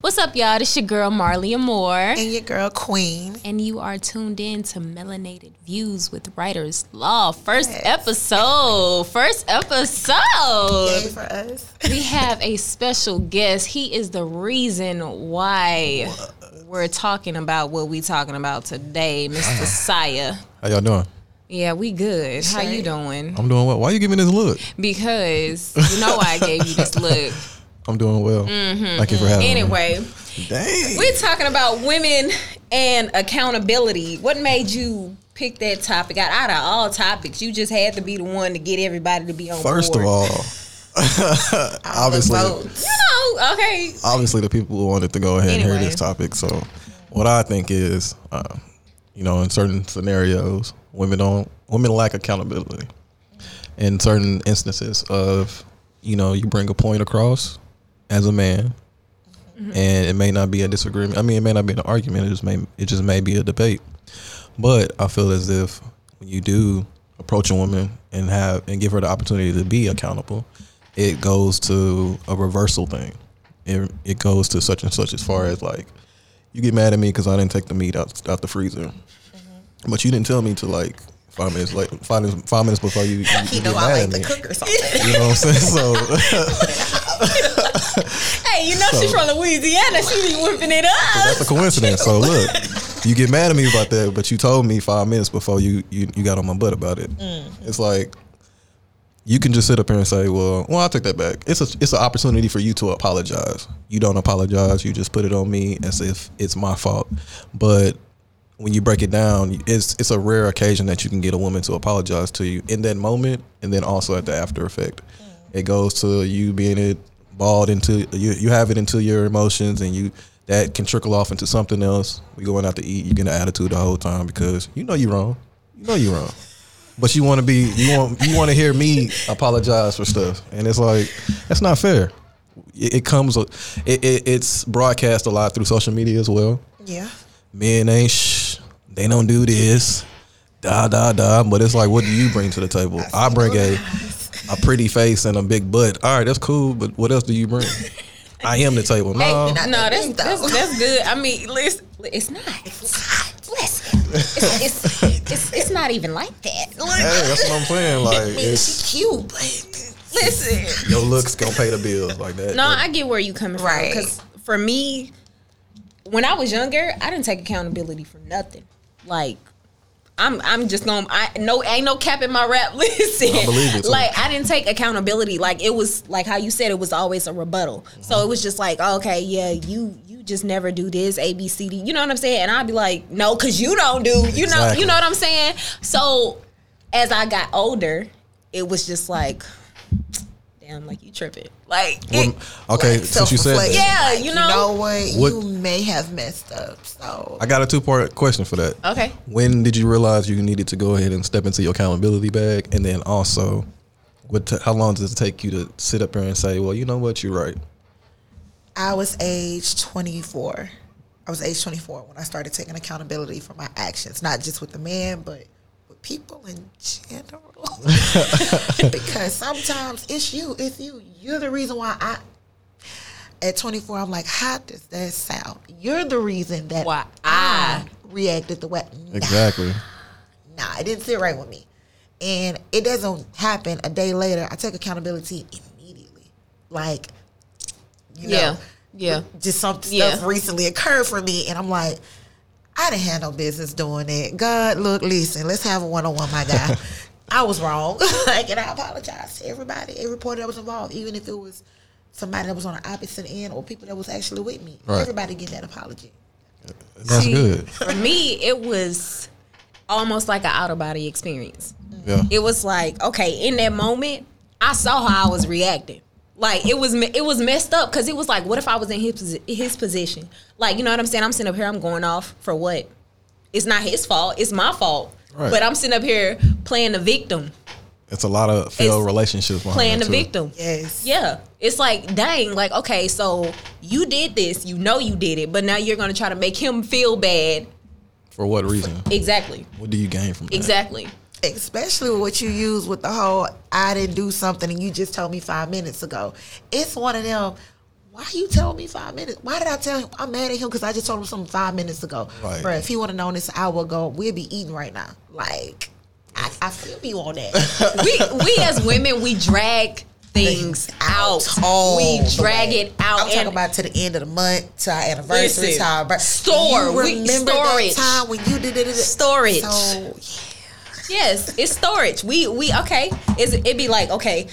What's up, y'all? This your girl Marley Moore, And your girl Queen. and you are tuned in to Melanated Views with Writers Law. First episode. First Yay episode. for us. We have a special guest. He is the reason why we're talking about what we talking about today, Mr. Saya. How y'all doing? Yeah, we good. How you doing? I'm doing well. Why you giving this look? Because you know why I gave you this look. I'm doing well. Thank you for having me. Mm-hmm. Anyway. Dang. We're talking about women and accountability. What made you pick that topic out, out of all topics? You just had to be the one to get everybody to be on First of board. all, obviously, The votes. you know, okay, obviously the people wanted to go ahead and Anyway. hear this topic. So, what I think is, uh, you know, in certain scenarios, women don't women lack accountability. In certain instances of, you know, you bring a point across as a man, and it may not be a disagreement. I mean, it may not be an argument. It just may it just may be a debate. But I feel as if when you do approach a woman and have and give her the opportunity to be accountable, it goes to a reversal thing. It it goes to such and such as far as like you get mad at me because I didn't take the meat out out the freezer, Mm-hmm. but you didn't tell me to like five minutes like five minutes five minutes before you, you, You you know get I like mad at to me. cook or something. You know what I'm saying? So. hey, you know she's So- from Louisiana. She be whipping it up. That's a coincidence. So look, you get mad at me about that, but you told me five minutes before you you, you got on my butt about it. It's like you can just sit up here and say, "Well, well, I take that back." It's a it's an opportunity for you to apologize. You don't apologize. You just put it on me as if it's my fault. But when you break it down, it's it's a rare occasion that you can get a woman to apologize to you in that moment, and then also at the after effect. It goes to you being it balled into you. You have it into your emotions, and you that can trickle off into something else. We going out to eat, you get an attitude the whole time because you know you wrong. You know you wrong, but you want to be you want you want to hear me apologize for stuff, and it's like that's not fair. It, it comes, it, it, it's broadcast a lot through social media as well Yeah. men ain't sh- they don't do this da da da but it's like what do you bring to the table i bring a a pretty face and a big butt all right that's cool but what else do you bring i am the table no not No, that that's, big, that's though. that's good. I mean, listen, it's not. Listen, it's, it's it's it's not even like that. hey Look, that's what i'm saying like it's, She's cute, but Listen. your looks gonna pay the bills like that No, I get where you coming Right. from. Because for me, when I was younger, I didn't take accountability for nothing. Like, I'm I'm just gonna I no ain't no cap in my rap. Listen, I believe it, too. like I didn't take accountability. Like it was like how you said it was always a rebuttal. So it was just like okay, yeah, you you just never do this A B C D. You know what I'm saying? And I'd be like, no, because you don't do. You know you Exactly. know what I'm saying? So as I got older, it was just like, damn, like you tripping. Like Well, it, okay like, since you said that, self-reflection. Yeah, Like, you know. You know what? What- You may have messed up. So i got a two-part question for that Okay. when did you realize you needed to go ahead and step into your accountability bag and then also what t- how long does it take you to sit up here and say well you know what you're right I was age 24. I was age 24 when I started taking accountability for my actions, not just with the man, but with people in general. because sometimes it's you, it's you. You're the reason why I. At 24, I'm like, how does that sound? You're the reason that Why I reacted the way. exactly Nah, it didn't sit right with me. And it doesn't happen a day later. I take accountability immediately. Like, you know, Yeah. Yeah. just some Yeah. stuff recently occurred for me, and I'm like, I didn't have no business doing that. God, look, listen, let's have a one on one, my guy. I was wrong, like, and I apologize to everybody, every party that was involved, even if it was somebody that was on the opposite end or people that was actually with me. Right. Everybody get that apology. that's See, good For me, it was almost like an out of body experience. yeah It was like, okay, in that moment, I saw how I was reacting. Like it was, me- it was messed up because it was like, what if I was in his posi- his position? Like you know what I'm saying? I'm sitting up here, I'm going off for what? It's not his fault. It's my fault. Right. But I'm sitting up here playing the victim, It's a lot of failed It's relationships. behind playing that, the too. victim. Yes. Yeah. It's like, dang, like, okay, so you did this, you know you did it, but now you're gonna try to make him feel bad. For what reason? Exactly. What do you gain from that? Exactly. especially with what you use with the whole I didn't do something and you just told me five minutes ago. It's one of them, Why you telling me five minutes? Why did I tell him? I'm mad at him because I just told him something five minutes ago. Right. Bruh, if he would have known this an hour ago, we'd be eating right now. Like, I, I feel you on that. we we as women we drag things out. all we the drag way. it out. I'm talking and about to the end of the month, to our anniversary, Listen, to our birth- store, You we- remember storage. that time when you did it? Storage. So, yeah. yes, it's storage. We we okay. Is it would be like okay?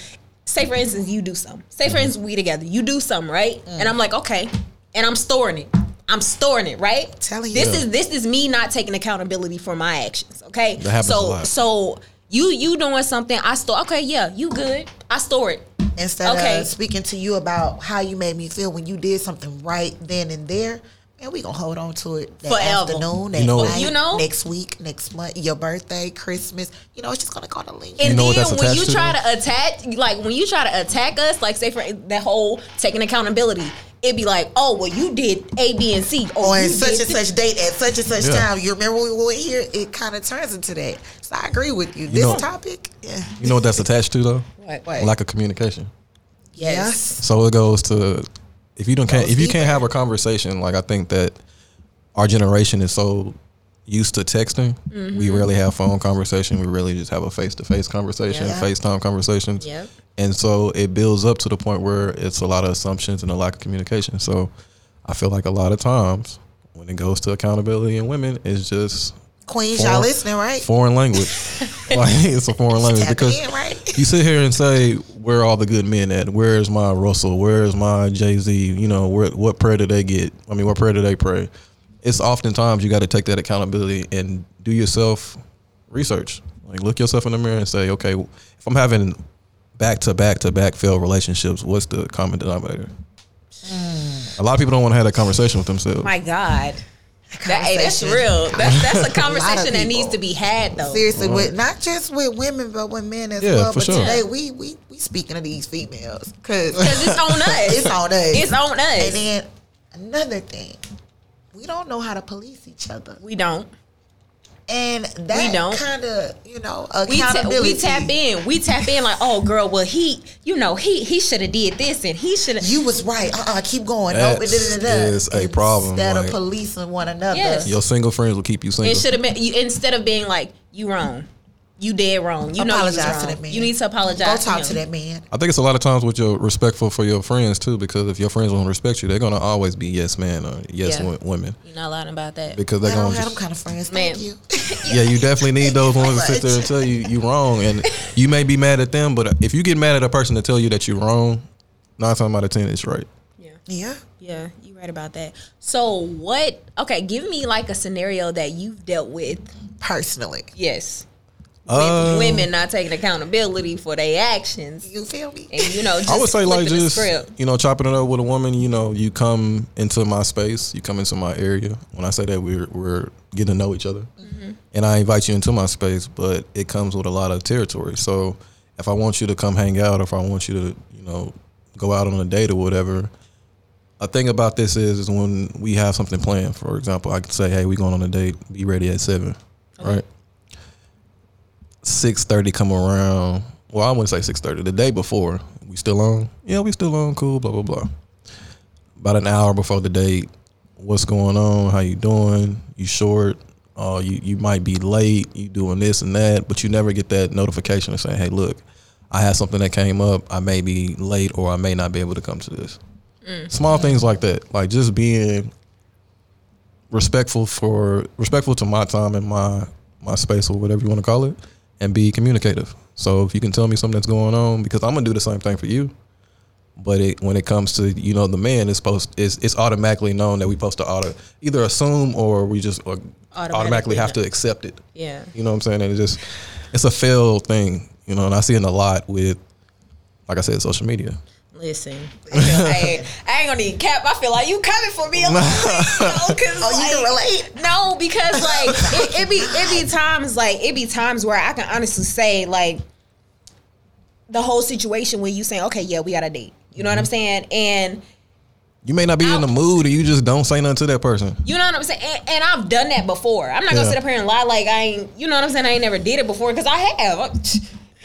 Say for instance, you do something. Say for instance, we together. You do something, right? Mm. And I'm like, okay, and I'm storing it. I'm storing it, right? Telling this you. is this is me not taking accountability for my actions. Okay, That happens so a lot. so you you doing something? I store. Okay, yeah, you good? I store it. instead Okay. of speaking to you about how you made me feel when you did something right then and there, man, we gonna hold on to it that Forever. afternoon, that You know- night, You know? next week, next month, your birthday, Christmas. You know, it's just gonna go to linger. And know what then that's when attached you to, try though? to attack, like when you try to attack us, like say for that whole taking accountability, it'd be like, oh well, you did A, B, and C, Oh, or on you such did and thi- such date at such and such Yeah. time. You remember when we went here? It kind of turns into that. So I agree with you. this know- topic, yeah. You know what that's attached to though? What? What? Lack of communication. Yes. So it goes to if you don't can't if you can't have a conversation, like I think that our generation is so used to texting. We Mm-hmm. rarely have phone conversation. We really just have a face to face conversation, Yeah. FaceTime conversations. Yep. And so it builds up to the point where it's a lot of assumptions and a lack of communication. So I feel like a lot of times when it goes to accountability in women, it's just Queens, foreign- y'all listening, right? Foreign language. like it's a foreign language Tap because in, right? you sit here and say, "Where are all the good men at? Where is my Russell? Where is my Jay Z? You know, where, what prayer do they get? I mean, what prayer do they pray?" It's oftentimes you got to take that accountability and do yourself research. Like look yourself in the mirror and say, "Okay, if I'm having back to back to back failed relationships, what's the common denominator?" Mm. A lot of people don't want to have that conversation with themselves. My God, that, hey, that's Conversation. real. That's that's a conversation that people. needs to be had though. Seriously, with not just with women, but with men as Yeah, well. for But sure. today, we we we speaking of these females because Because it's on us. it's on us. It's on us. And then another thing, we don't know how to police each other, we don't. and We don't. that kind of you know We, ta- accountability. we tap in. We tap in like, oh girl, well he, you know, he he should have did this and he should have. You was right. Uh, uh keep going. That Nope, da-da-da-da. is a problem, Instead like- of policing one another, Yes. Your single friends will keep you single. It should have been you, instead of being like, you wrong, you dead wrong. You know, you was Apologize to wrong. that man. You need to apologize. go talk him. to that man. I think it's a lot of times what you're respectful for your friends too, because if your friends don't respect you, they're gonna always be yes man or yes Yeah. wo- women You're not lying about that. because they're I don't gonna have them just, kind of friends. Man. Thank you. yeah. You definitely need those ones to sit there and tell you you wrong, and you may be mad at them, but if you get mad at a person to tell you that you're wrong, nine times out of ten it's right. yeah. yeah. Yeah, you're right about that. So what? Okay, give me like a scenario that you've dealt with. Personally, Yes, with Um, women not taking accountability for their actions, you feel me? and you know, just I would say like flipping the just script. you know chopping it up with a woman. You know, you come into my space, you come into my area. When I say that, we're we're getting to know each other, Mm-hmm. and I invite you into my space, but it comes with a lot of territory. So if I want you to come hang out, if I want you to you know go out on a date or whatever, a thing about this is, is when we have something planned. For example, I could say, "Hey, we going on a date. Be ready at 7 right? Six thirty come around. Well, I wouldn't say six thirty. The day before, we still on. Yeah, we still on. Cool. Blah blah blah. About an hour before the date, what's going on? How you doing? You short? Uh, you you might be late. You doing this and that, but you never get that notification of saying, "Hey, look, I had something that came up. I may be late, or I may not be able to come to this." small things like that like just being respectful for respectful to my time and my my space or whatever you want to call it and be communicative so if you can tell me something that's going on because i'm gonna do the same thing for you but it, when it comes to you know the man it's supposed it's, it's automatically known that we supposed to auto, either assume or we just uh, automatically, Automatically have know. to accept it Yeah, you know what I'm saying? And it just it's a failed thing, you know, and I see it a lot with like I said, social media. listen, I, ain't, I ain't gonna need cap. I feel like you coming for me. a little bit, you know, 'cause, Oh, you can like, relate. No, because like it, it be it be times like it be times where I can honestly say like the whole situation when you saying okay yeah we got a date you know what I'm Mm-hmm. saying and You may not be in the mood or you just don't say nothing to that person. you know what I'm saying and, and I've done that before I'm not gonna Yeah. sit up here and lie like I ain't you know what I'm saying I ain't never did it before because I have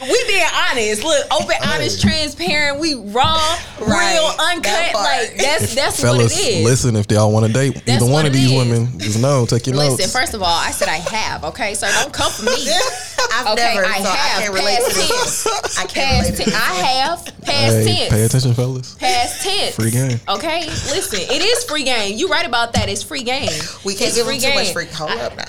we being honest. Look, open, honest, transparent. We raw, Right. real, That uncut. part. like that's that's what it Fellas, is. listen, if y'all want to date That's either what one of it these is. women, just know, take your Listen, notes. first of all, I said I have, okay? So don't come for me. I've Okay, never, I so have. I can't relate to Past this. I can't Past relate to ten- this. I have. Past hey, tense. pay attention, fellas. past tense. Free game. Okay, listen, it is free game. You right about that. It's free game. We it's can't give them free too much game. free. Hold up now.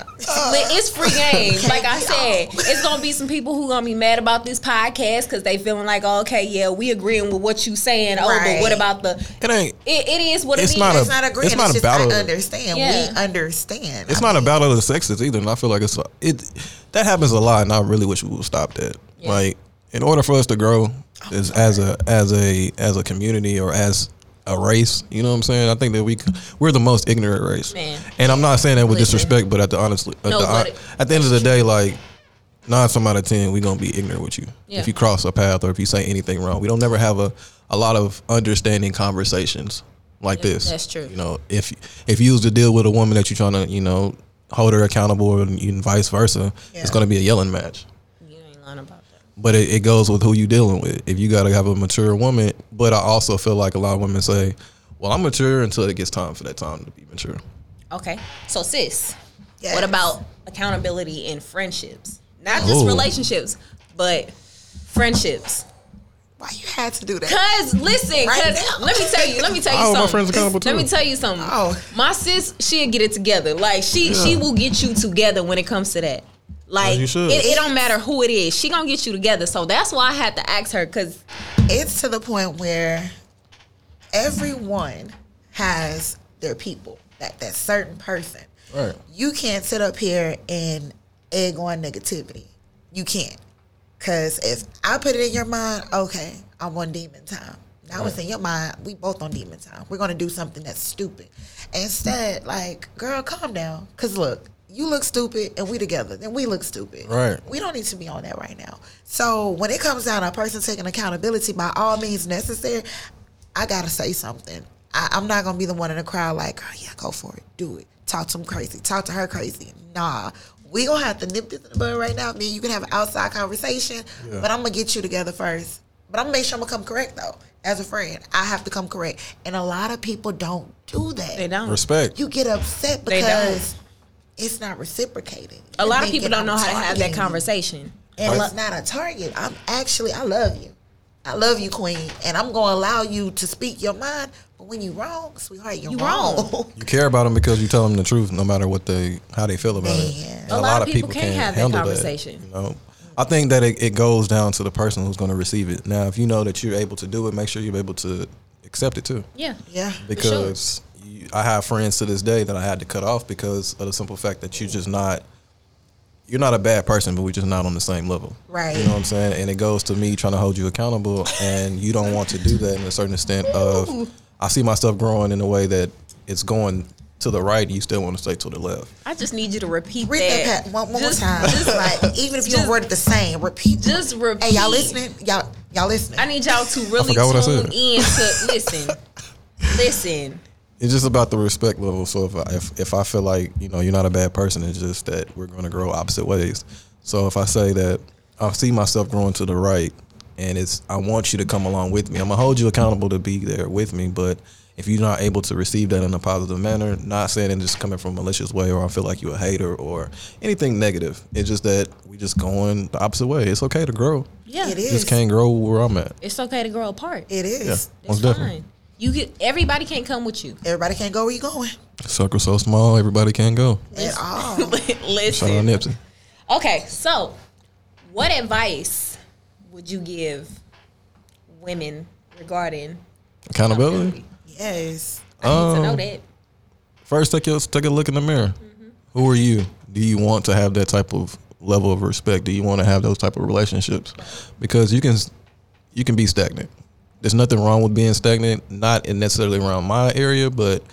Li- It's free game. Like I be said, all. it's gonna be some people who gonna be mad about this podcast because they feeling like, oh, okay, yeah, we agreeing with what you saying. Oh, but Right. what about the? It ain't. It, it is what It's it is. not a- It's not agreeing. It's It's, not just about I a- understand. Yeah. We understand. It's not a battle of the sexes either, and I feel like it's it that happens a lot, and I really wish we would stop that. Like, in order for us to grow Oh as, as a as a as a community or as a race, you know what I'm saying? I think that we c- we're the most ignorant race, Man. and I'm not saying that with Listen. disrespect, but at the honestly, at, No, the, hon- but- at the end of the day, like nine some out of ten, we gonna be ignorant with you Yeah. if you cross a path or if you say anything wrong. We don't never have a a lot of understanding conversations like this. that's true. You know, if if you was to deal with a woman that you're trying to, you know, hold her accountable and, and vice versa, it's Yeah. gonna be a yelling match. You ain't lying about that. But it, it goes with who you dealing with. If you gotta have a mature woman, but I also feel like a lot of women say, "Well, I'm mature until it gets time for that time to be mature." Okay, so sis, Yes. What about accountability in friendships. not just Oh. relationships, but friendships? why you had to do that? Cause listen, Right cause now. let me tell you, let me tell you I hold something. my friends accountable, Let too. me tell you something. Oh. My sis, she'll get it together. Like she, she will get you together when it comes to that. Like you it, should. it don't matter who it is, she gonna get you together. So that's why I had to ask her. Cause It's to the point where everyone has their people. That that certain person. Right. You can't sit up here and egg on negativity. You can't. Cause if I put it in your mind, okay, I'm on demon time. Now it's in your mind, we both on demon time. We're gonna do something that's stupid. Instead, like, girl, calm down. Cause look, you look stupid and we together, then we look stupid. Right. We don't need to be on that right now. So when it comes down to a person taking accountability by all means necessary, I gotta say something. I, I'm not gonna be the one in the crowd like, oh, yeah, go for it, do it. Talk to him crazy, talk to her crazy. Nah, we gonna have to nip this in the bud right now. Me, and you can have an outside conversation, Yeah. but I'm gonna get you together first. But I'm gonna make sure I'm gonna come correct though. As a friend, I have to come correct, and a lot of people don't do that. they don't. Respect. Mm. You get upset They don't. because it's not reciprocated. a lot of Thinking people don't I'm know how to have that targeting you. conversation. And it's not a target. I'm actually, I love you. I love you, Queen. And I'm going to allow you to speak your mind. But when you wrong, sweetheart, you're You wrong. wrong. You care about them because you tell them the truth, no matter what they how they feel about it. Man. And A lot of people can't have that handle conversation. you know? I think that it, it goes down to the person who's going to receive it. Now, if you know that you're able to do it, make sure you're able to accept it too. Yeah. yeah. Because you, I have friends to this day that I had to cut off because of the simple fact that you're just not you're not a bad person, but we're just not on the same level. Right. You know what I'm saying? And it goes to me trying to hold you accountable, and you don't want to do that in a certain extent of I see myself growing in a way that it's going to the right, and you still want to stay to the left. I just need you to repeat Read that pat one, one Just- more time. like, even if you don't just- word it the same, repeat. Just repeat. Hey, y'all listening? Y'all, y'all listening? I need y'all to really forgot what I tune said. in to listen. listen. It's just about the respect level. So if I, if if I feel like you know you're not a bad person, it's just that we're going to grow opposite ways. So if I say that I see myself growing to the right, and it's I want you to come along with me. I'm gonna hold you accountable to be there with me. But if you're not able to receive that in a positive manner, not saying it just coming from a malicious way, or I feel like you're a hater or anything negative. It's just that we just going the opposite way. It's okay to grow. Yeah. It is. Just can't grow where I'm at. It's okay to grow apart. It Yeah, is. It's most fine. definitely. You get everybody can't come with you. Everybody can't go where you going Circle so small, everybody can go. at all. Shout out Listen. Nipsey. Okay, so what advice would you give women regarding Accountability. yes. I need to know Um, that. First, take a take a look in the mirror. Who are you? Do you want to have that type of level of respect? Do you want to have those type of relationships? Because you can you can be stagnant. There's nothing wrong with being stagnant. Not in necessarily around my area, but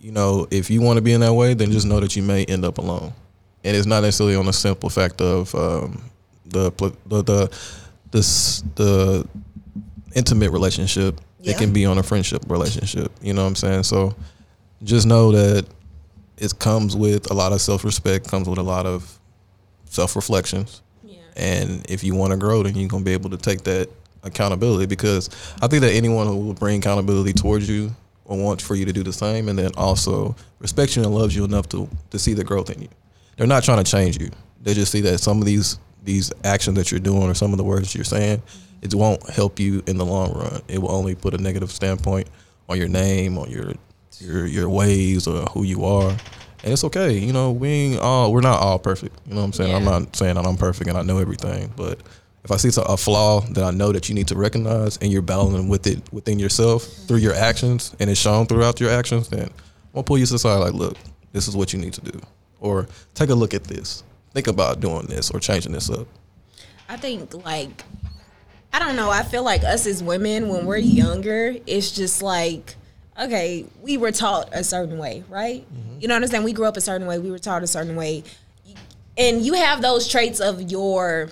you know, if you want to be in that way, then just know that you may end up alone. And it's not necessarily on the simple fact of um, the pl- the the the, s- the intimate relationship. Yeah. It can be on a friendship relationship. You know what I'm saying? So just know that it comes with a lot of self respect, comes with a lot of self reflections. Yeah. And if you want to grow, then you're gonna be able to take that accountability because I think that anyone who will bring accountability towards you will want for you to do the same, and then also respect you and loves you enough to to see the growth in you. They're not trying to change you. They just see that some of these these actions that you're doing or some of the words you're saying, it won't help you in the long run. It will only put a negative standpoint on your name, on your your your ways, or who you are. And it's okay, you know. We ain't all we're not all perfect. You know what I'm saying? I'm not saying that I'm perfect and I know everything, but if I see so- a flaw that I know that you need to recognize and you're battling with it within yourself through your actions and it's shown throughout your actions, then I'm gonna pull you to the side like, look, this is what you need to do, or take a look at this, think about doing this or changing this up. I think like I don't know. I feel like us as women when we're younger, it's just like okay, we were taught a certain way, right? Mm-hmm. You know what I'm saying? We grew up a certain way. We were taught a certain way, and you have those traits of your,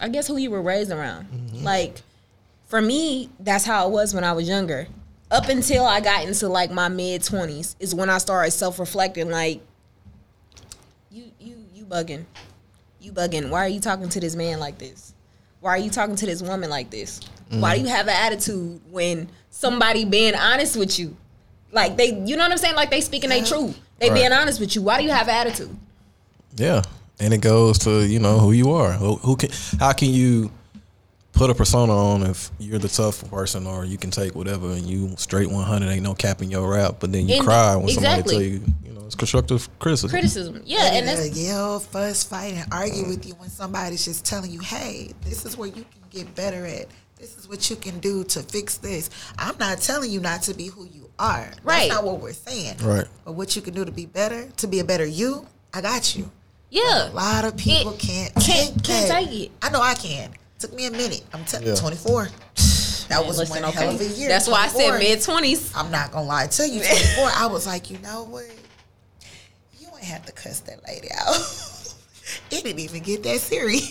I guess, who you were raised around. Like for me, that's how it was when I was younger. Up until I got into like my mid twenties is when I started self reflecting. Like you, you, you bugging you bugging. Why are you talking to this man like this? Why are you talking to this woman like this? Why do you have an attitude when somebody being honest with you? Like they, you know what I'm saying? Like they speaking they truth. They Right. being honest with you. Why do you have an attitude? Yeah, and it goes to you know who you are. Who, who can? How can you put a persona on if you're the tough person or you can take whatever and you straight 100 ain't no cap in your rap, but then you And- cry when exactly. somebody tell you you know it's constructive criticism. Criticism. Yeah, and They'll that's yell, fuss, fight, and argue with you when somebody's just telling you, "Hey, this is where you can get better at. This is what you can do to fix this." I'm not telling you not to be who you are. Right. That's not what we're saying. Right. But what you can do to be better, to be a better you, I got you. yeah. A lot of people It- can't can't- take can't that. take it. I know I can. Took me a minute. I'm telling Yeah. 24. That was Listen, one hell of a okay. year. That's why I 24. said mid twenties. I'm not gonna lie to you. 24, I was like, you know what? You ain't have to cuss that lady out. it didn't even get that serious.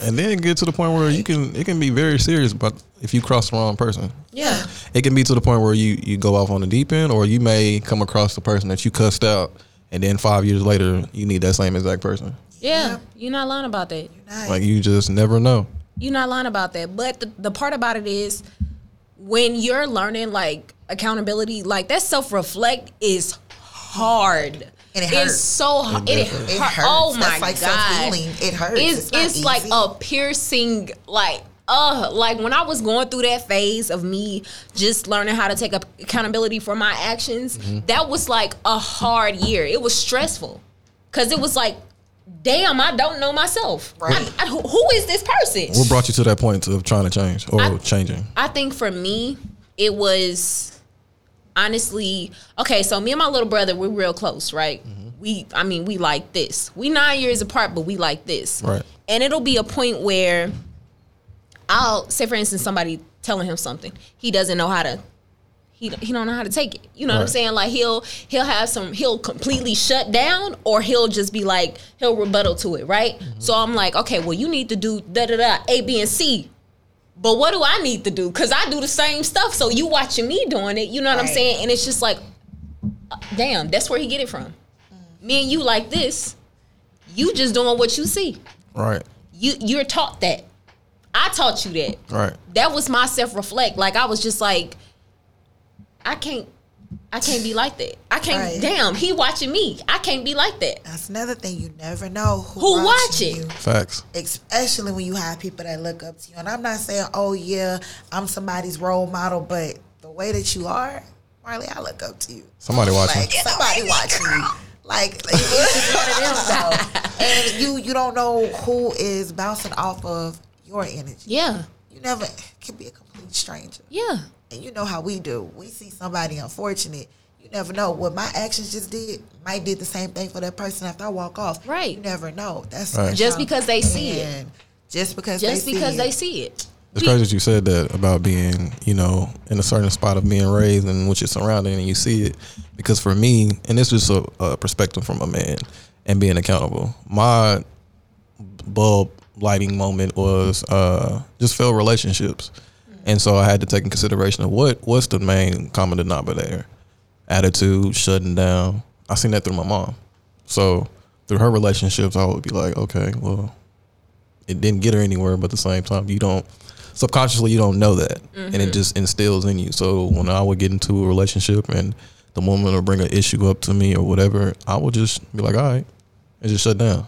And then get to the point where you can it can be very serious, but if you cross the wrong person, Yeah. it can be to the point where you you go off on the deep end, or you may come across the person that you cussed out, and then five years later you need that same exact person. yeah, You're not lying about that. Like you just never know. You're not lying about that. But the, the part about it is when you're learning like accountability, like that self reflect is hard. And It's it hurts. so hard. It, definitely- it hurt- hurts. Oh my That's like god! self-healing. It hurts. It's not it's, like easy. a piercing like. Uh, like when I was going through that phase of me just learning how to take up accountability for my actions, that was like a hard year. It was stressful because it was like, damn, I don't know myself. Right. I- I- who- who is this person? What brought you to that point of trying to change or I- changing? I think for me, it was honestly okay. So me and my little brother, we're real close, right? Mm-hmm. We, I mean, we like this. We nine years apart, but we like this, Right. And it'll be a point where I'll say, for instance, somebody telling him something he doesn't know how to. He, he don't know how to take it. You know what I'm Right. saying? Like he'll he'll have some he'll completely shut down or he'll just be like he'll rebuttal to it, right? Mm-hmm. So I'm like, okay, well you need to do da da da A B and C. But what do I need to do? Because I do the same stuff. So you watching me doing it, you know what I'm Right. saying? And it's just like, uh, damn, that's where he get it from. Mm. Me and you like this. You just doing what you see. Right. You you're taught that. I taught you that. Right. That was my self reflect. Like I was just like, I can't, I can't be like that. I can't. Right. Damn, he watching me. I can't be like that. That's another thing. You never know who, Who watch it? watching you. Facts. especially when you have people that look up to you. And I'm not saying, oh yeah, I'm somebody's role model, but the way that you are, Marley, I look up to you. Somebody watching. Like somebody watching you. Like it's just one of them. though. And you you don't know who is bouncing off of your energy. Yeah, You never can be a complete stranger. yeah, And you know how we do. We see somebody unfortunate. You never know what my actions just did. Might did the same thing for that person after I walk off. Right. You never know. That's Right. Just because they see it. it. Just because just they because see they it. see it. It's crazy that you said that about being, you know, in a certain spot of being raised and what you're surrounding and you see it. Because for me, and this is a, a perspective from a man and being accountable, my bulb lighting moment was uh, just failed relationships. And so I had to take in consideration of what what's the main common denominator? Attitude, shutting down. I seen that through my mom. So through her relationships, I would be like, okay, well, it didn't get her anywhere. But at the same time, you don't subconsciously you don't know that, and it just instills in you. So when I would get into a relationship and the woman would bring an issue up to me or whatever, I would just be like, all right, and just shut down,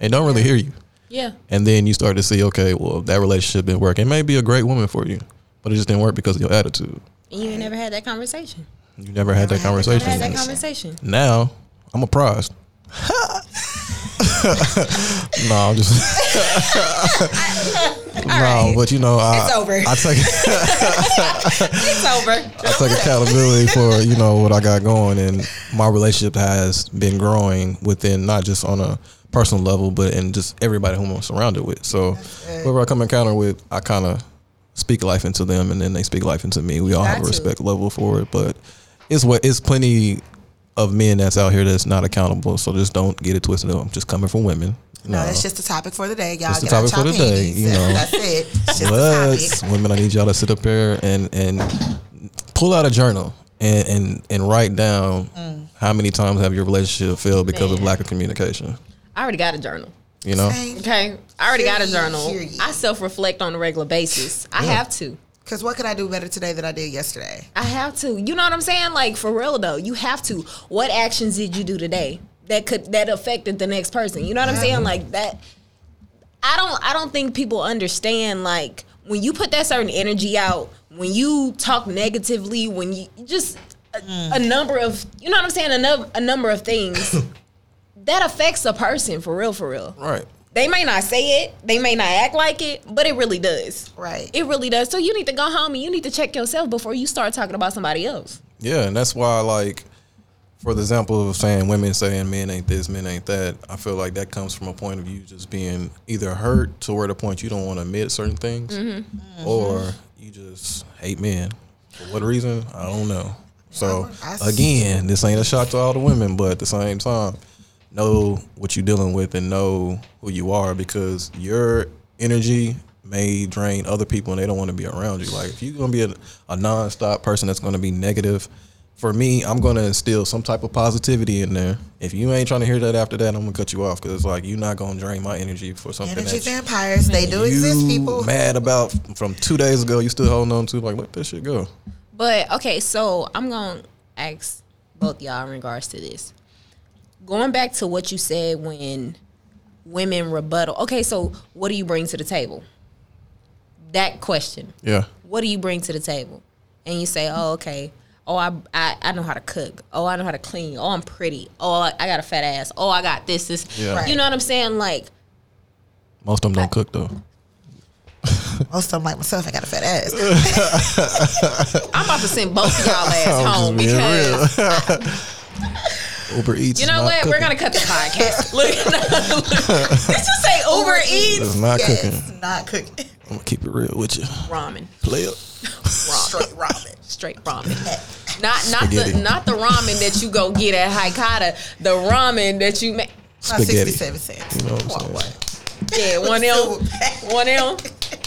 and don't really hear you. Yeah. And then you start to see, okay, well that relationship didn't work. It may be a great woman for you, but it just didn't work because of your attitude. And you ain't never had that conversation. You never had that Never had that conversation. Never had that Conversation. conversation. Now I'm a prize. no, I'm just no, but you know, I, It's over. I take It's over. I take accountability for you know what I got going, and my relationship has been growing within not just on a personal level, but in just everybody whom I'm surrounded with. So whoever I come encounter with, I kind of speak life into them, and then they speak life into me. We all have a Got to. respect level for it, but it's what it's plenty of men that's out here that's not accountable. So just don't get it twisted. up. I'm just coming from women. No, that's just the topic for the day, y'all. That's the Get out y'all topic for the day, panties. you know. That's it. It's just the Let's topic. women, I need y'all to sit up here and and pull out a journal and and, and write down Mm. how many times have your relationship failed because of lack of communication. I already got a journal. You know, Okay. I already got a Period, journal. period. I self reflect on a regular basis. I have to. Because what could I do better today than I did yesterday? I have to. You know what I'm saying? Like for real though, you have to. What actions did you do today that could that affected the next person? You know what I'm saying? Like that. I don't. I don't think people understand. Like when you put that certain energy out, when you talk negatively, when you just a, a number of you know what I'm saying. A, num- a number of things that affects a person for real. For real. right? They may not say it. They may not act like it, but it really does. Right. It really does. So you need to go home and you need to check yourself before you start talking about somebody else. Yeah, and that's why like. For the example of saying women saying men ain't this, men ain't that, I feel like that comes from a point of you just being either hurt to where the point you don't want to admit certain things, Mm-hmm. or you just hate men. For what reason? I don't know. So I- I- again, this ain't a shot to all the women, but at the same time, know what you're dealing with and know who you are because your energy may drain other people and they don't want to be around you. Like if you're gonna be a, a non-stop person that's gonna be negative, for me, I'm gonna instill some type of positivity in there. If you ain't trying to hear that after that, I'm gonna cut you off because it's like you're not gonna drain my energy for something Energy that's vampires, they do exist, you people. mad about from two days ago. You still holding on to like let this shit go. But okay, so I'm gonna ask both y'all in regards to this. Going back to what you said when women rebuttal. Okay, so what do you bring to the table? That question. Yeah, What do you bring to the table? And you say, oh, okay. Oh, I, I, I know how to cook. Oh, I know how to clean. Oh, I'm pretty. Oh, I, I got a fat ass. Oh, I got this, this. Yeah. You know what I'm saying? Like, most of them don't cook though. Most of them, Oh, like myself, I got a fat ass. I'm about to send both of y'all ass I'm home just being because Uber Eats. You know what? We're gonna cut the podcast. Look, did you say Uber Eats It's not yes, cooking. not cooking. I'm gonna keep it real with you. ramen? Play it. Ramen, Straight ramen. straight ramen. Not not Spaghetti. the not the ramen that you go get at Haikata. The ramen that you make. Not Spaghetti. 67 cents. You know what I'm Come on, saying? what? Yeah, one L, one L,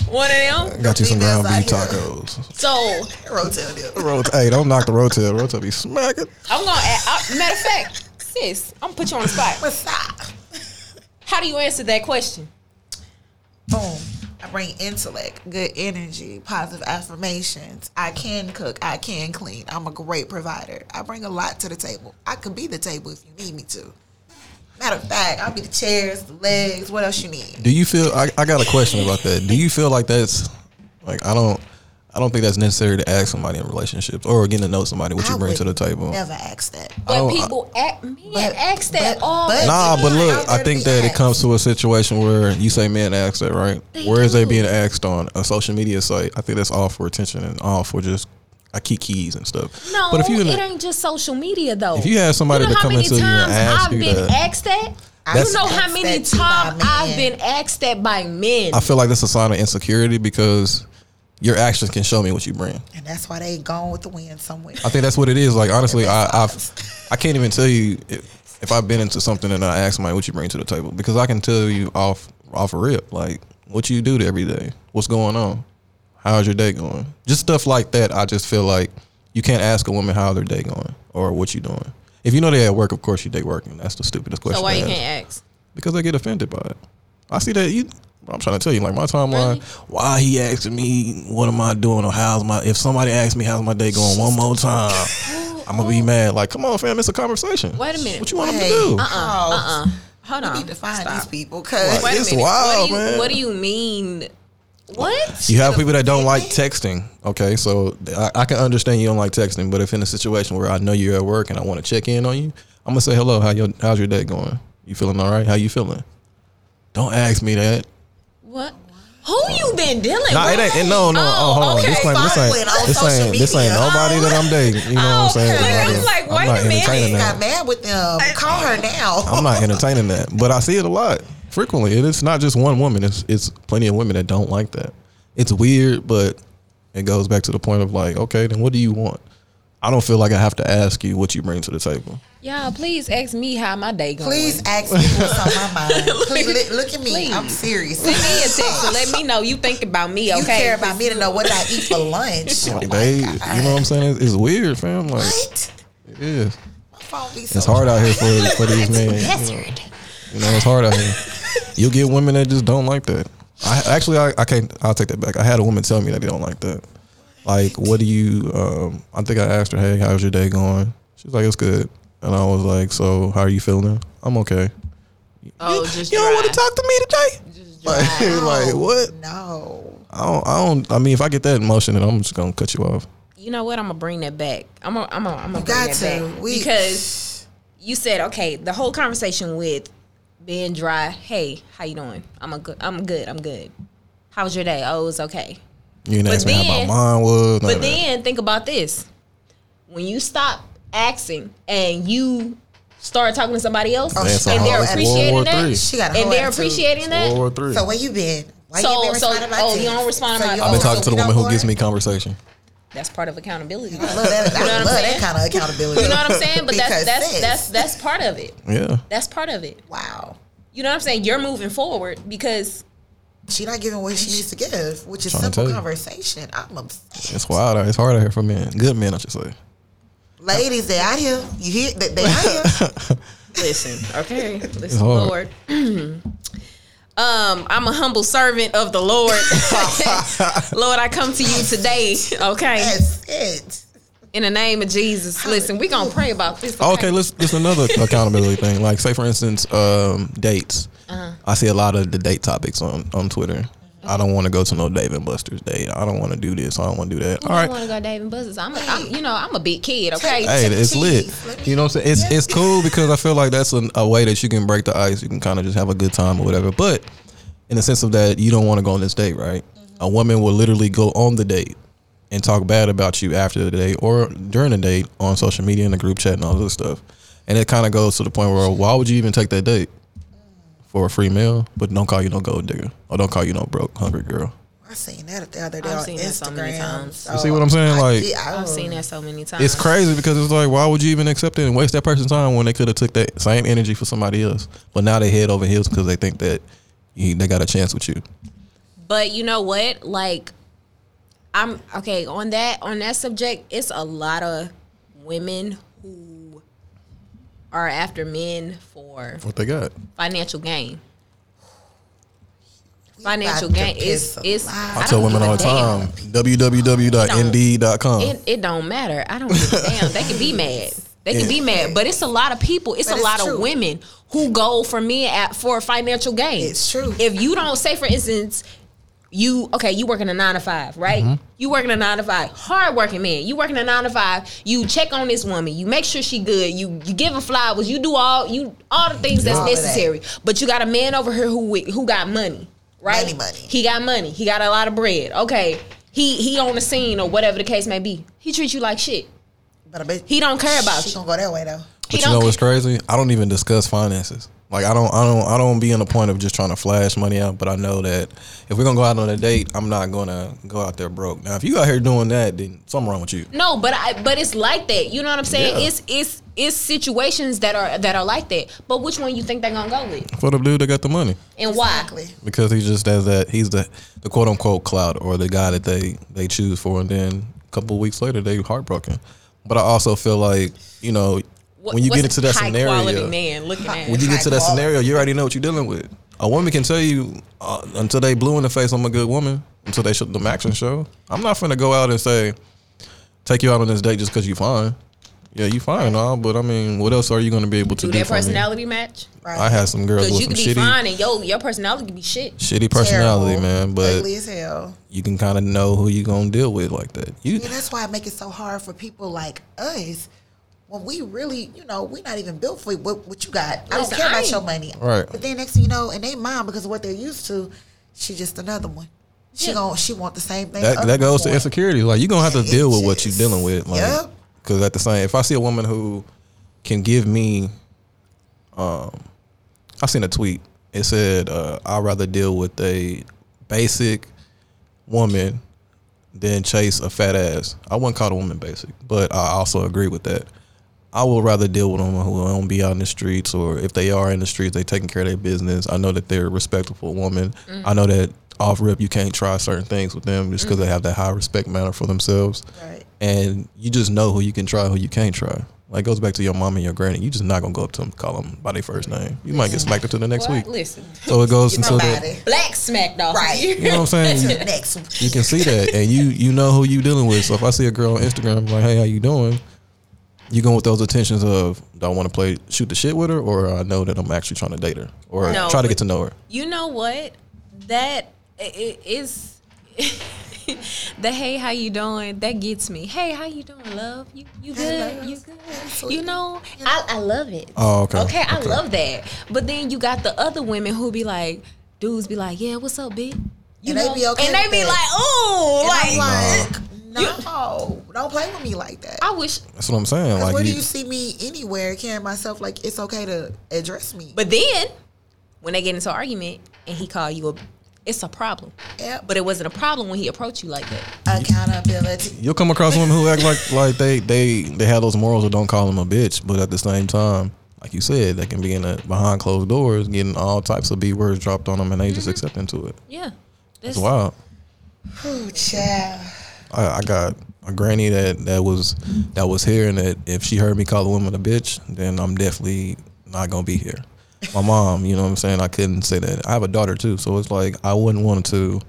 one L. Got you some Leave that ground beef side here. tacos. So Rotel deal. Rotel. Hey, don't knock the rotel. Rotel be smacking. I'm gonna. Add, I, matter of fact, sis, I'm gonna put you on the spot. Stop. How do you answer that question? Boom. I bring intellect, good energy, positive affirmations. I can cook. I can clean. I'm a great provider. I bring a lot to the table. I could be the table if you need me to. Matter of fact, I'll be the chairs, the legs. What else you need? Do you feel? I, I got a question about that. Do you feel like that's like I don't. I don't think that's necessary to ask somebody in relationships or getting to know somebody what you I bring would to the table. Never ask that. But don't- people act man Oh, But- ask that but- all. but- the Nah, Yeah, but out look, there I to think be that it asked. comes to a situation where you say men ask that, right? Where is they being asked on a social media site? I think that's all for attention and all for just I keep keys and stuff. No, but if you in it a- ain't just social media though. if you had somebody you know to how come many into you and times ask I've you been that, asked that. That's- you know how asked many that to my times I've man. been asked that by men. I feel like that's a sign of insecurity because your actions can show me what you bring. And that's why they gone with the wind somewhere. I think that's what it is. Like honestly, I I've, I can't even tell you if, if I've been into something and I ask somebody what you bring to the table because I can tell you off off a rip like what you do to every day, what's going on, how's your day going, just stuff like that. I just feel like you can't ask a woman how their day going or what you doing. If you know they at work, of course you they working. That's the stupidest question. so why to you ask. can't ask? Because I get offended by it. I see that you. But I'm trying to tell you, like my timeline. Why he asking me, what am I doing, or how's my? If somebody asks me, how's my day going, one more time, I'm gonna be mad. Like, come on, fam, it's a conversation. Wait Uh-uh. a minute. What you want him to Hey. do? Oh, Uh, Hold we on. need to find these people because Right. Wait a It's minute. wild, what, do you, man. what do you mean? What? You have people that don't like texting. Okay, so I, I can understand you don't like texting, but if in a situation where I know you're at work and I want to check in on you, I'm gonna say hello. How your how's your day going? You feeling all right? How you feeling? Don't ask me that. What? Who you been dealing with? No, it ain't. it- no, no. Oh, hold on. okay, this, ain't, this following on ain't. This social ain't. This ain't media. nobody that I'm dating. You know what I'm saying? Oh, okay. I'm I'm not- like, I'm wait not a minute. entertaining got that. mad with them. Call her now. I'm not entertaining that. But I see it a lot frequently, and it's not just one woman. It's it's plenty of women that don't like that. It's weird, but it goes back to the point of like, okay, then what do you want? I don't feel like I have to ask you what you bring to the table. Y'all, please ask me how my day going. Please ask me what's on my mind. Please, li- look at me. I'm serious. Send me a text and let me know you think about me, okay? You care about me to know what I eat for lunch. Oh Like, babe, you know what I'm saying? It's, it's weird, fam. Like, What? it is. My phone be so It's hard out here for for these men. you know. You know, it's hard out here. You'll get women that just don't like that. I actually, I, I can't. I'll take that back. I had a woman tell me that they don't like that. Like, what do you? Um, I think I asked her, "Hey, how's your day going?" She's like, "It's good," and I was like, "So, how are you feeling?" I'm okay. Oh, just You don't want to talk to me today? Like, like what? No. I don't. I don't. I mean, if I get that emotion, then I'm just gonna cut you off. You know what? I'm gonna bring that back. I'm gonna, I'm gonna, I'm gonna bring got that to. back We- because you said okay. The whole conversation with being dry. Hey, how you doing? I'm a good. I'm good. I'm good. How's your day? Oh, it's okay. You didn't But ask me how my then- mine was. none But of that. then think about this: when you stop asking and you start talking to somebody else, Oh, Man, it's a and whole- they're it's World appreciating War that, Three. She got a and whole they're attitude. appreciating World that. War Three. So where you been? Why So- you been so- responding to my oh, you text? don't respond to my- you I've don't- been talking to so the we woman don't who gives me want- conversation. That's part of accountability. I love that. You know what I I'm love that saying? kind of accountability. You know what I'm saying? But that's Because that's sis. that's that's part of it. Yeah. That's part of it. Wow. You know what I'm saying? You're moving forward because She not giving what she needs to give, which is Tryna simple tell you. conversation. I'm upset. It's wild. out- It's hard out here for men. Good men, I should say. Ladies, they out here. You hear? They, they out here. listen, okay, listen, hard. Lord. um, I'm a humble servant of the Lord. Lord, I come to you today, okay, That's it. in the name of Jesus. Listen, we gonna pray about this. Oh, Okay, let's. It's another accountability thing. Like, say for instance, um, dates. I see a lot of the date topics on on Twitter. I don't want to go to no Dave and Buster's date. I don't want to do this. I don't want to do that. All I right. want to go Dave and Buster's. I'm, a, I'm, you know, I'm a big kid. Okay, Hey, Check it's lit. cheese. Let me- You know what I'm saying? It's it's cool because I feel like that's an, a way that you can break the ice. You can kind of just have a good time or whatever. But in the sense of that, you don't want to go on this date, right? Mm-hmm. A woman will literally go on the date and talk bad about you after the date or during the date on social media in the group chat and all this stuff. And it kind of goes to the point where why would you even take that date for a free meal? But don't call you no gold digger or don't call you no broke hungry girl. I seen that the other day I've on seen Instagram. that so many times. so You see what I'm saying? I Like- did- I I've was- seen that so many times. It's crazy because it's like, why would you even accept it and waste that person's time when they could have took that same energy for somebody else? But now they head over heels because they think that you, they got a chance with you. But you know what? Like, I'm okay on that on that subject. It's a lot of women who are after men for What they got? financial gain. we Financial about to gain piss is is. a I lot. I, don't tell women give a all the damn. time, e www.nd.com. It, it don't matter. I don't give a damn. They can be mad. They can be mad, but it's a lot of people. It's a But it's lot true. of women who go for men at for financial gain. It's true. If you don't say, for instance, you okay, you working a nine to five, right? Mm-hmm. You working a nine to five, hard working man. You working a nine to five. You check on this woman. You make sure she good. You you give her flowers. You do all you all the things that's All of that. necessary. But you got a man over here who wi- who got money, right? Money, money. He got money. He got a lot of bread. Okay. He he on the scene or whatever the case may be. He treats you like shit. But I bet He don't care about she you. gonna go that way though. He But you don't know care. what's crazy? I don't even discuss finances. Like I don't, I don't, I don't be on the point of just trying to flash money out. But I know that if we're gonna go out on a date, I'm not gonna go out there broke. Now, if you out here doing that, then something wrong with you. No, but I but it's like that. You know what I'm saying? Yeah. It's it's it's situations that are that are like that. But which one you think they're gonna go with? For the dude that got the money. And why? Exactly. because he just has that he's the the quote unquote cloud or the guy that they they choose for and then a couple weeks later they heartbroken but i also feel like you know What- when you what's get into that high quality scenario man looking at when you get to that High quality. scenario you already know what you're dealing with A woman can tell you uh, until they blue in the face, I'm a good woman. Until they shoot the action show, I'm not finna go out and say, take you out on this date just because you fine. Yeah, you fine and all, but I mean, what else are you gonna be able to Do do? that for me? personality match? Right. I had some girls Because with you some could be shitty, fine and yo, your personality could be shit. shitty personality, Terrible. man. But ugly as hell. you can kind of know who you gonna deal with like that. You, And that's why it make it so hard for people like us when we really, you know, we're not even built for what, what you got. I don't Listen, care I about ain't- your money. Right. But then next thing you know, and they mind because of what they're used to, she just another one. She Yeah. gon' she want the same thing. that other that goes to people want. insecurity. Like you gonna have to deal with what you're Bitches. dealing with. Like, Yep. Cause at the same, if I see a woman who can give me, um, I seen a tweet. It said, uh, "I'd rather deal with a basic woman than chase a fat ass." I wouldn't call a woman basic, but I also agree with that. I would rather deal with women who don't be out in the streets, or if they are in the streets, they taking care of their business. I know that they're a respectful woman. I know that off rip, you can't try certain things with them just because they have that high respect manner for themselves Right. and you just know who you can try, who you can't try. Like it goes back to your mom and your granny. You just not gonna go up to them, call them by their first name. You might get smacked up to the next Well, week. listen, So it goes into Somebody. the, black smacked off. Right. You. you know what I'm saying. Next one. You can see that, and you you know who you dealing with. So if I see a girl on Instagram, I'm like, hey, how you doing? You going with those intentions of do I want to play shoot the shit with her, or I know that I'm actually trying to date her, or No, try to but- get to know her. You know what? That i- i- is the hey, how you doing? That gets me. Hey, how you doing, love? You you Hey, good? love. You good? Sweet. You know, I, I love it. Oh, okay. Okay, I Okay. love that. But then you got the other women who be like, dudes be like, yeah, what's up, bitch? You And they be okay and they with be that. like, ooh, And like, I'm like, no, don't play with me like that. I wish. That's what I'm saying. Like where you, do you see me anywhere carrying myself like it's okay to address me? But then when they get into an argument and he call you a, it's a problem. Yep. But it wasn't a problem when he approached you like that. accountability. You'll come across women who act like like they they they have those morals or don't call them a bitch, but at the same time, like you said, they can be in a, behind closed doors getting all types of b words dropped on them, and they just Mm-hmm. accept into it. Yeah. It's wild. Ooh, child. I, I got a granny that that was that was here, and that if she heard me call a woman a bitch, then I'm definitely not gonna be here. My mom, you know what I'm saying? I couldn't say that. I have a daughter too, so it's like I wouldn't want to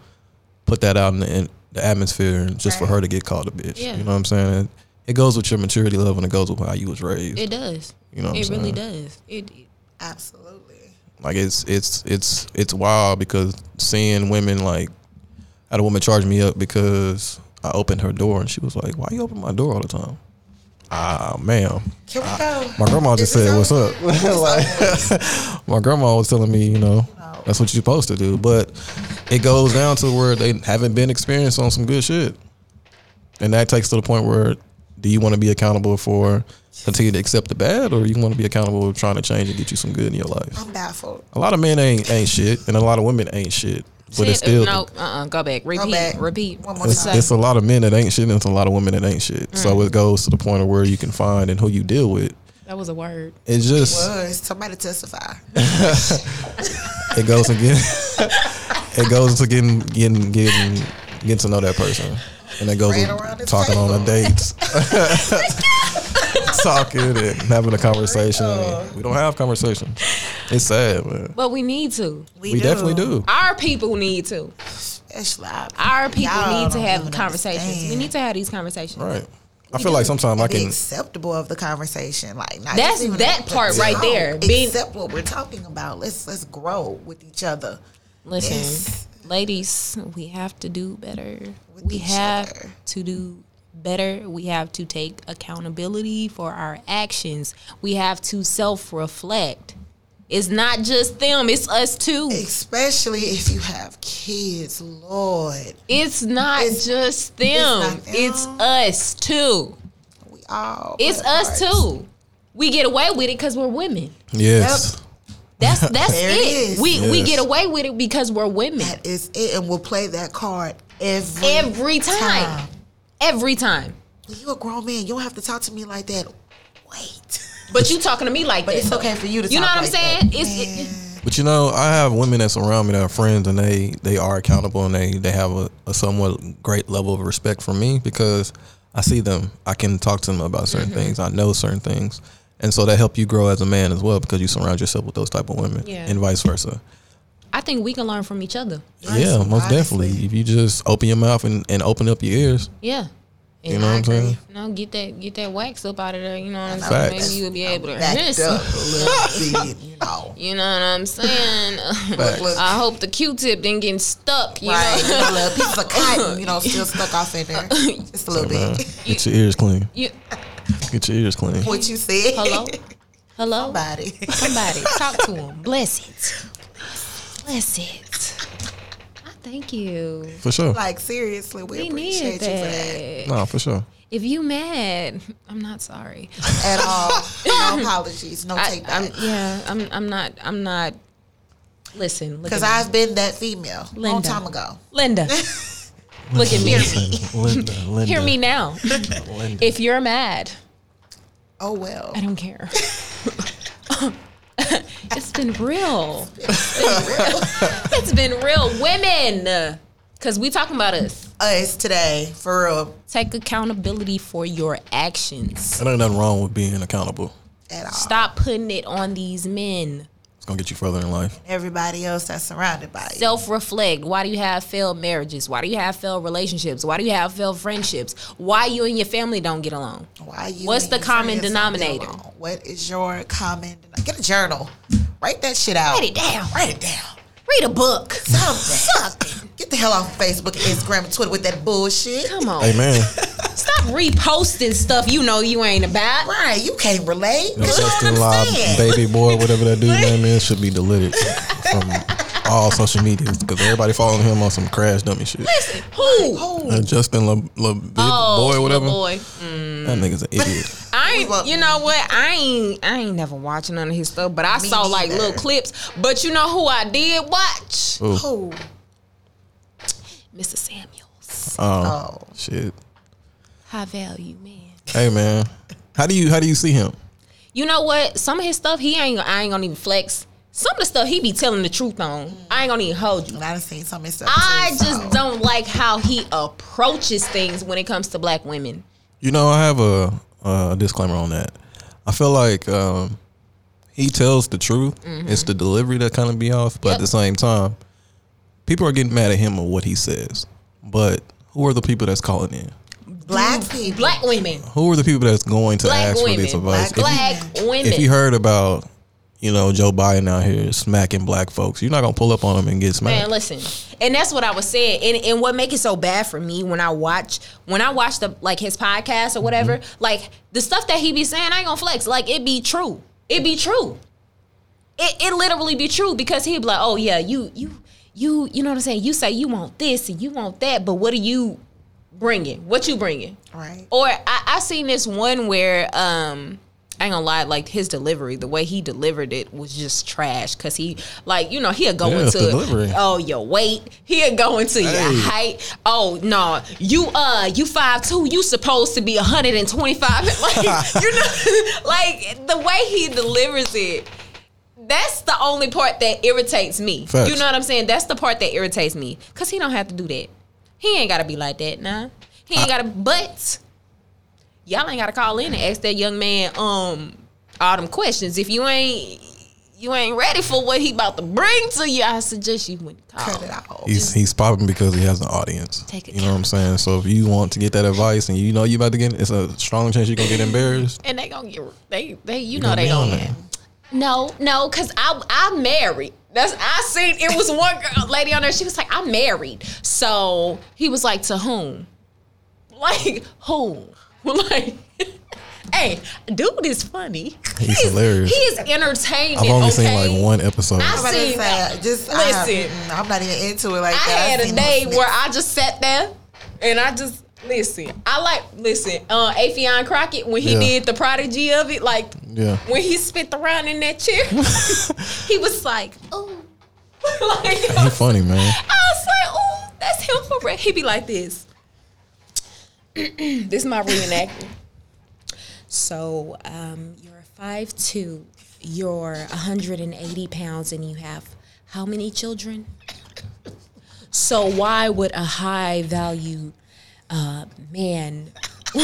put that out in the, in the atmosphere just for her to get called a bitch. Yeah. You know what I'm saying? It goes with your maturity level, and it goes with how you was raised. It does. You know what it I'm really saying? does. It, it- Absolutely. like it's it's it's it's wild because seeing women like I had a woman charge me up because I opened her door and she was like, "Why you open my door all the time?" Ah, ma'am. Can we go? My grandma just Is it said, "What's over? up?" like, my grandma was telling me, you know, that's what you're supposed to do. But it goes down to where they haven't been experienced on some good shit, and that takes to the point where, do you want to be accountable for continue to accept the bad, or you want to be accountable for trying to change and get you some good in your life? I'm baffled. A lot of men ain't ain't shit, and a lot of women ain't shit. But it's Said- still no. Uh. uh Go back. Repeat. back. Repeat. One more it's, time. it's a lot of men that ain't shit, and it's a lot of women that ain't shit. So it goes to the point of where you can find and who you deal with. That was a word. It's just Was somebody testify? it goes again. it goes to getting getting getting getting to know that person, and it goes Ran with around the talking on the table. dates, talking and having a conversation. We don't have conversation. It's sad, man. But we need to. We, definitely do. Our people need to. Especially Our people Y'all need to don't have even conversations. We understand. need to have these conversations. Right. I feel like sometimes I be can. acceptable of the conversation. Like not That's just even that but part right talk. there. Being- Accept what we're talking about. Let's let's grow with each other. Listen, Yes. ladies, we have to do better. With we each have other. to do better. We have to take accountability for our actions. We have to self reflect. It's not just them, it's us too. Especially if you have kids, Lord, It's not It's- just them. not them. It's, us too. we all. It's play us parts. too. We get away with it because we're women. Yes. That's that's There it it. is. We we Yes. get away with it because we're women. That is it, and we'll play that card every Every time. time. Every time. Well, you a grown man. You don't have to talk to me like that. Wait. But you talking to me like But that. it's though. okay for you to You know talk what I'm like saying? that. It's it, But you know, I have women that surround me that are friends, and they they are accountable, and they they have a, a somewhat great level of respect for me because I see them. I can talk to them about certain Mm-hmm. things. I know certain things, and so that help you grow as a man as well because you surround yourself with those type of women, Yeah. and vice versa. I think we can learn from each other. yeah, Honestly, most definitely. honestly. If you just open your mouth and, and open up your ears, Yeah. you know what I'm saying? You know, get that get that wax up out of there. You know what I'm saying? Facts. Maybe you'll be able to hear Backed up some. a little bit, you know. You know what I'm saying? Facts. I hope the Q-tip didn't get stuck. You Right, know, a little piece of cotton, you know, still stuck off in there, just a little Man, bit. Uh, get your ears clean. you, Get your ears clean. What you said? hello, hello, body. somebody talk to him. Bless it, bless it. I thank you. For sure. Like seriously, we, We appreciate you need for that that. No, for sure. If you mad, I'm not sorry. at all. No apologies, no I, take I'm back. yeah. I'm I'm not. I'm not. Listen, look Because at me. I've been that female a long Linda. time ago. Linda. look at me. Linda, Linda, Hear me now. Linda. If you're mad, Oh well, I don't care. it's been real. It's been real. Women. Because we talking about us. us today for real Take accountability for your actions. And ain't nothing wrong with being accountable. at all. Stop putting it on these men. It's gonna get you further in life. Everybody else that's surrounded by you. Self reflect. Why do you have failed marriages? Why do you have failed relationships? Why do you have failed friendships? Why you and your family don't get along? Why you? What's and the your common friends don't get denominator? along? What is your common? denom- Get a journal. Write that shit out. Write it down. Write it down. Read a book. Something. Something. Get the hell off Facebook, Instagram, and Twitter with that bullshit. Come on. Hey man, Stop reposting stuff you know you ain't about. Right, you can't relate. 'cause you Justin don't Lob, understand. baby boy, whatever that dude's name is, should be deleted from all social medias because everybody following him on some crash dummy shit. Who? Oh, Uh, Justin La, La, Oh, boy, whatever. little Boy. That nigga's an idiot. I We ain't, want you know what? I ain't I ain't never watching none of his stuff, but I Me saw like neither. little clips. But you know who I did watch? Ooh. oh, Mrs. Samuels. Oh, Oh. shit. High value man. Hey man, how do you how do you see him? You know what? Some of his stuff he ain't I ain't gonna even flex. Some of the stuff he be telling the truth on. I ain't gonna even hold you. and I done seen some of his stuff. I too, so. just don't like how he approaches things when it comes to black women. You know, I have a, a disclaimer on that. I feel like um, he tells the truth. It's the delivery that kind of be off, but Yep. at the same time, people are getting mad at him or what he says. But who are the people that's calling in? Black people. Black women. Who are the people that's going to Black ask for women. this advice? If you- Black women. if you heard about you know Joe Biden out here smacking black folks, you're not gonna pull up on him and get smacked. Man, listen, and that's what I was saying, and and what make it so bad for me when I watch when I watch the like his podcast or whatever, like the stuff that he be saying, I ain't gonna flex. Like it be true, it be true, it it literally be true because he be like, oh yeah, you you you you know what I'm saying? You say you want this and you want that, but what are you bringing? What you bringing? Right. Or I, I seen this one where um I ain't gonna lie, like his delivery, the way he delivered it was just trash. Cause he like, you know, he'll go Yeah, it's into delivery. oh your weight, he'll go into Hey. your height. Oh no, you uh you five two, you supposed to be 125. like you know like the way he delivers it. That's the only part that irritates me. Facts. You know what I'm saying? That's the part that irritates me. Cause he don't have to do that. He ain't gotta be like that, nah. He ain't gotta but y'all ain't gotta call in and ask that young man um all them questions. If you ain't you ain't ready for what he about to bring to you, I suggest you wouldn't Cut call. it out. He's he's popping because he has an audience. Take it you know what I'm saying? So if you want to get that advice and you know you about to get, it's a strong chance you're gonna get embarrassed. And they gonna get they they you know gonna they be on gonna there. No, no, cause I I'm married. That's I seen it was one girl lady on there, she was like, I'm married. So he was like, To whom? Like, who? Like Hey, dude is funny. He's hilarious. He is entertaining. I've only okay? seen like one episode. I- I'm about to See, say, just listen. I, am not even into it like I that. had I've a seen day those where I just sat there and I just listen. I like listen. Uh, Afion Crockett when he Yeah. did the prodigy of it, like yeah, when he spent around in that chair, he was like, "Ooh," like I he's funny man. was like, "Ooh, that's him for real." He be like this. this is my reenactment. So um, you're five two, you're 180 pounds, and you have how many children? So why would a high value uh, man?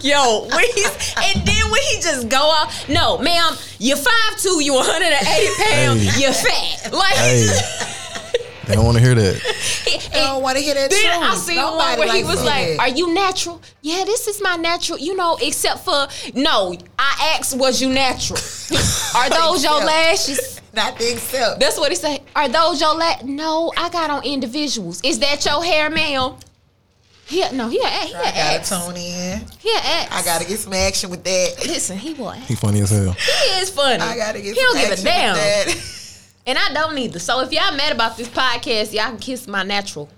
Yo, when he's, and then when he just go off, no, ma'am, you're five two, you're 180 pounds, Hey. you're fat. Like, Hey, They don't want to hear that. I don't want to hear that. Then truth. I seen one Nobody where he likes was to like, hear that. "Are you natural? Yeah, this is my natural. You know, except for no. I asked, was you natural? Are those your Except. lashes? not the except. That's what he said. Are those your la No, I got on individuals. Is that your hair, ma'am? He no, he a he a I gotta ex. tone in. He a ex. I gotta get some action with that. listen. He will. He funny as hell. He is funny. I gotta get. He some don't give a action damn. With And I don't either. So if y'all mad about this podcast, y'all can kiss my natural.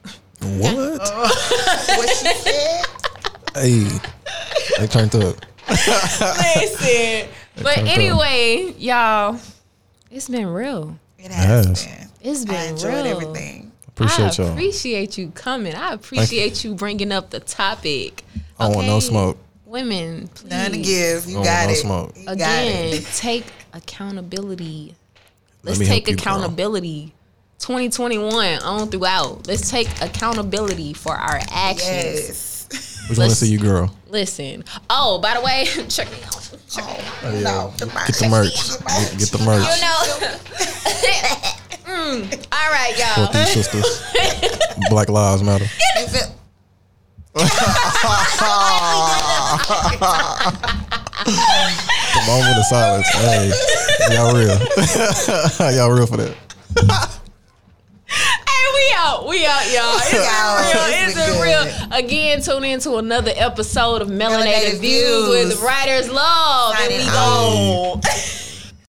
What? that. what she said. Hey, they turned up. Listen. but Okay. anyway, y'all, it's been real. It has Yes. been. It's been I enjoyed real. everything. Appreciate I y'all. appreciate you coming. I appreciate you bringing up the topic. I don't want no Okay? smoke. Women, please. None to give. You Oh, got no it. smoke. You got Again, it. take accountability. Let's me take help you, girl. accountability. 2021 on throughout. Let's take accountability for our actions. Yes. We want to Let's- see you, girl. Listen. Oh, by the way, check me out. Check me out. Oh, yeah. No, the Get the merch. Get, get the Oh. merch. You know. Mm, All right, y'all. Fuck these sisters. Black Lives Matter. You feel- The moment of silence. Hey, y'all real. y'all real for that. Hey, we out. We out, y'all. It's been Wow, real. it's It's been been real. Again, tune in to another episode of Melanated, Views Melanated Views. with Writers Love. And we go. Signing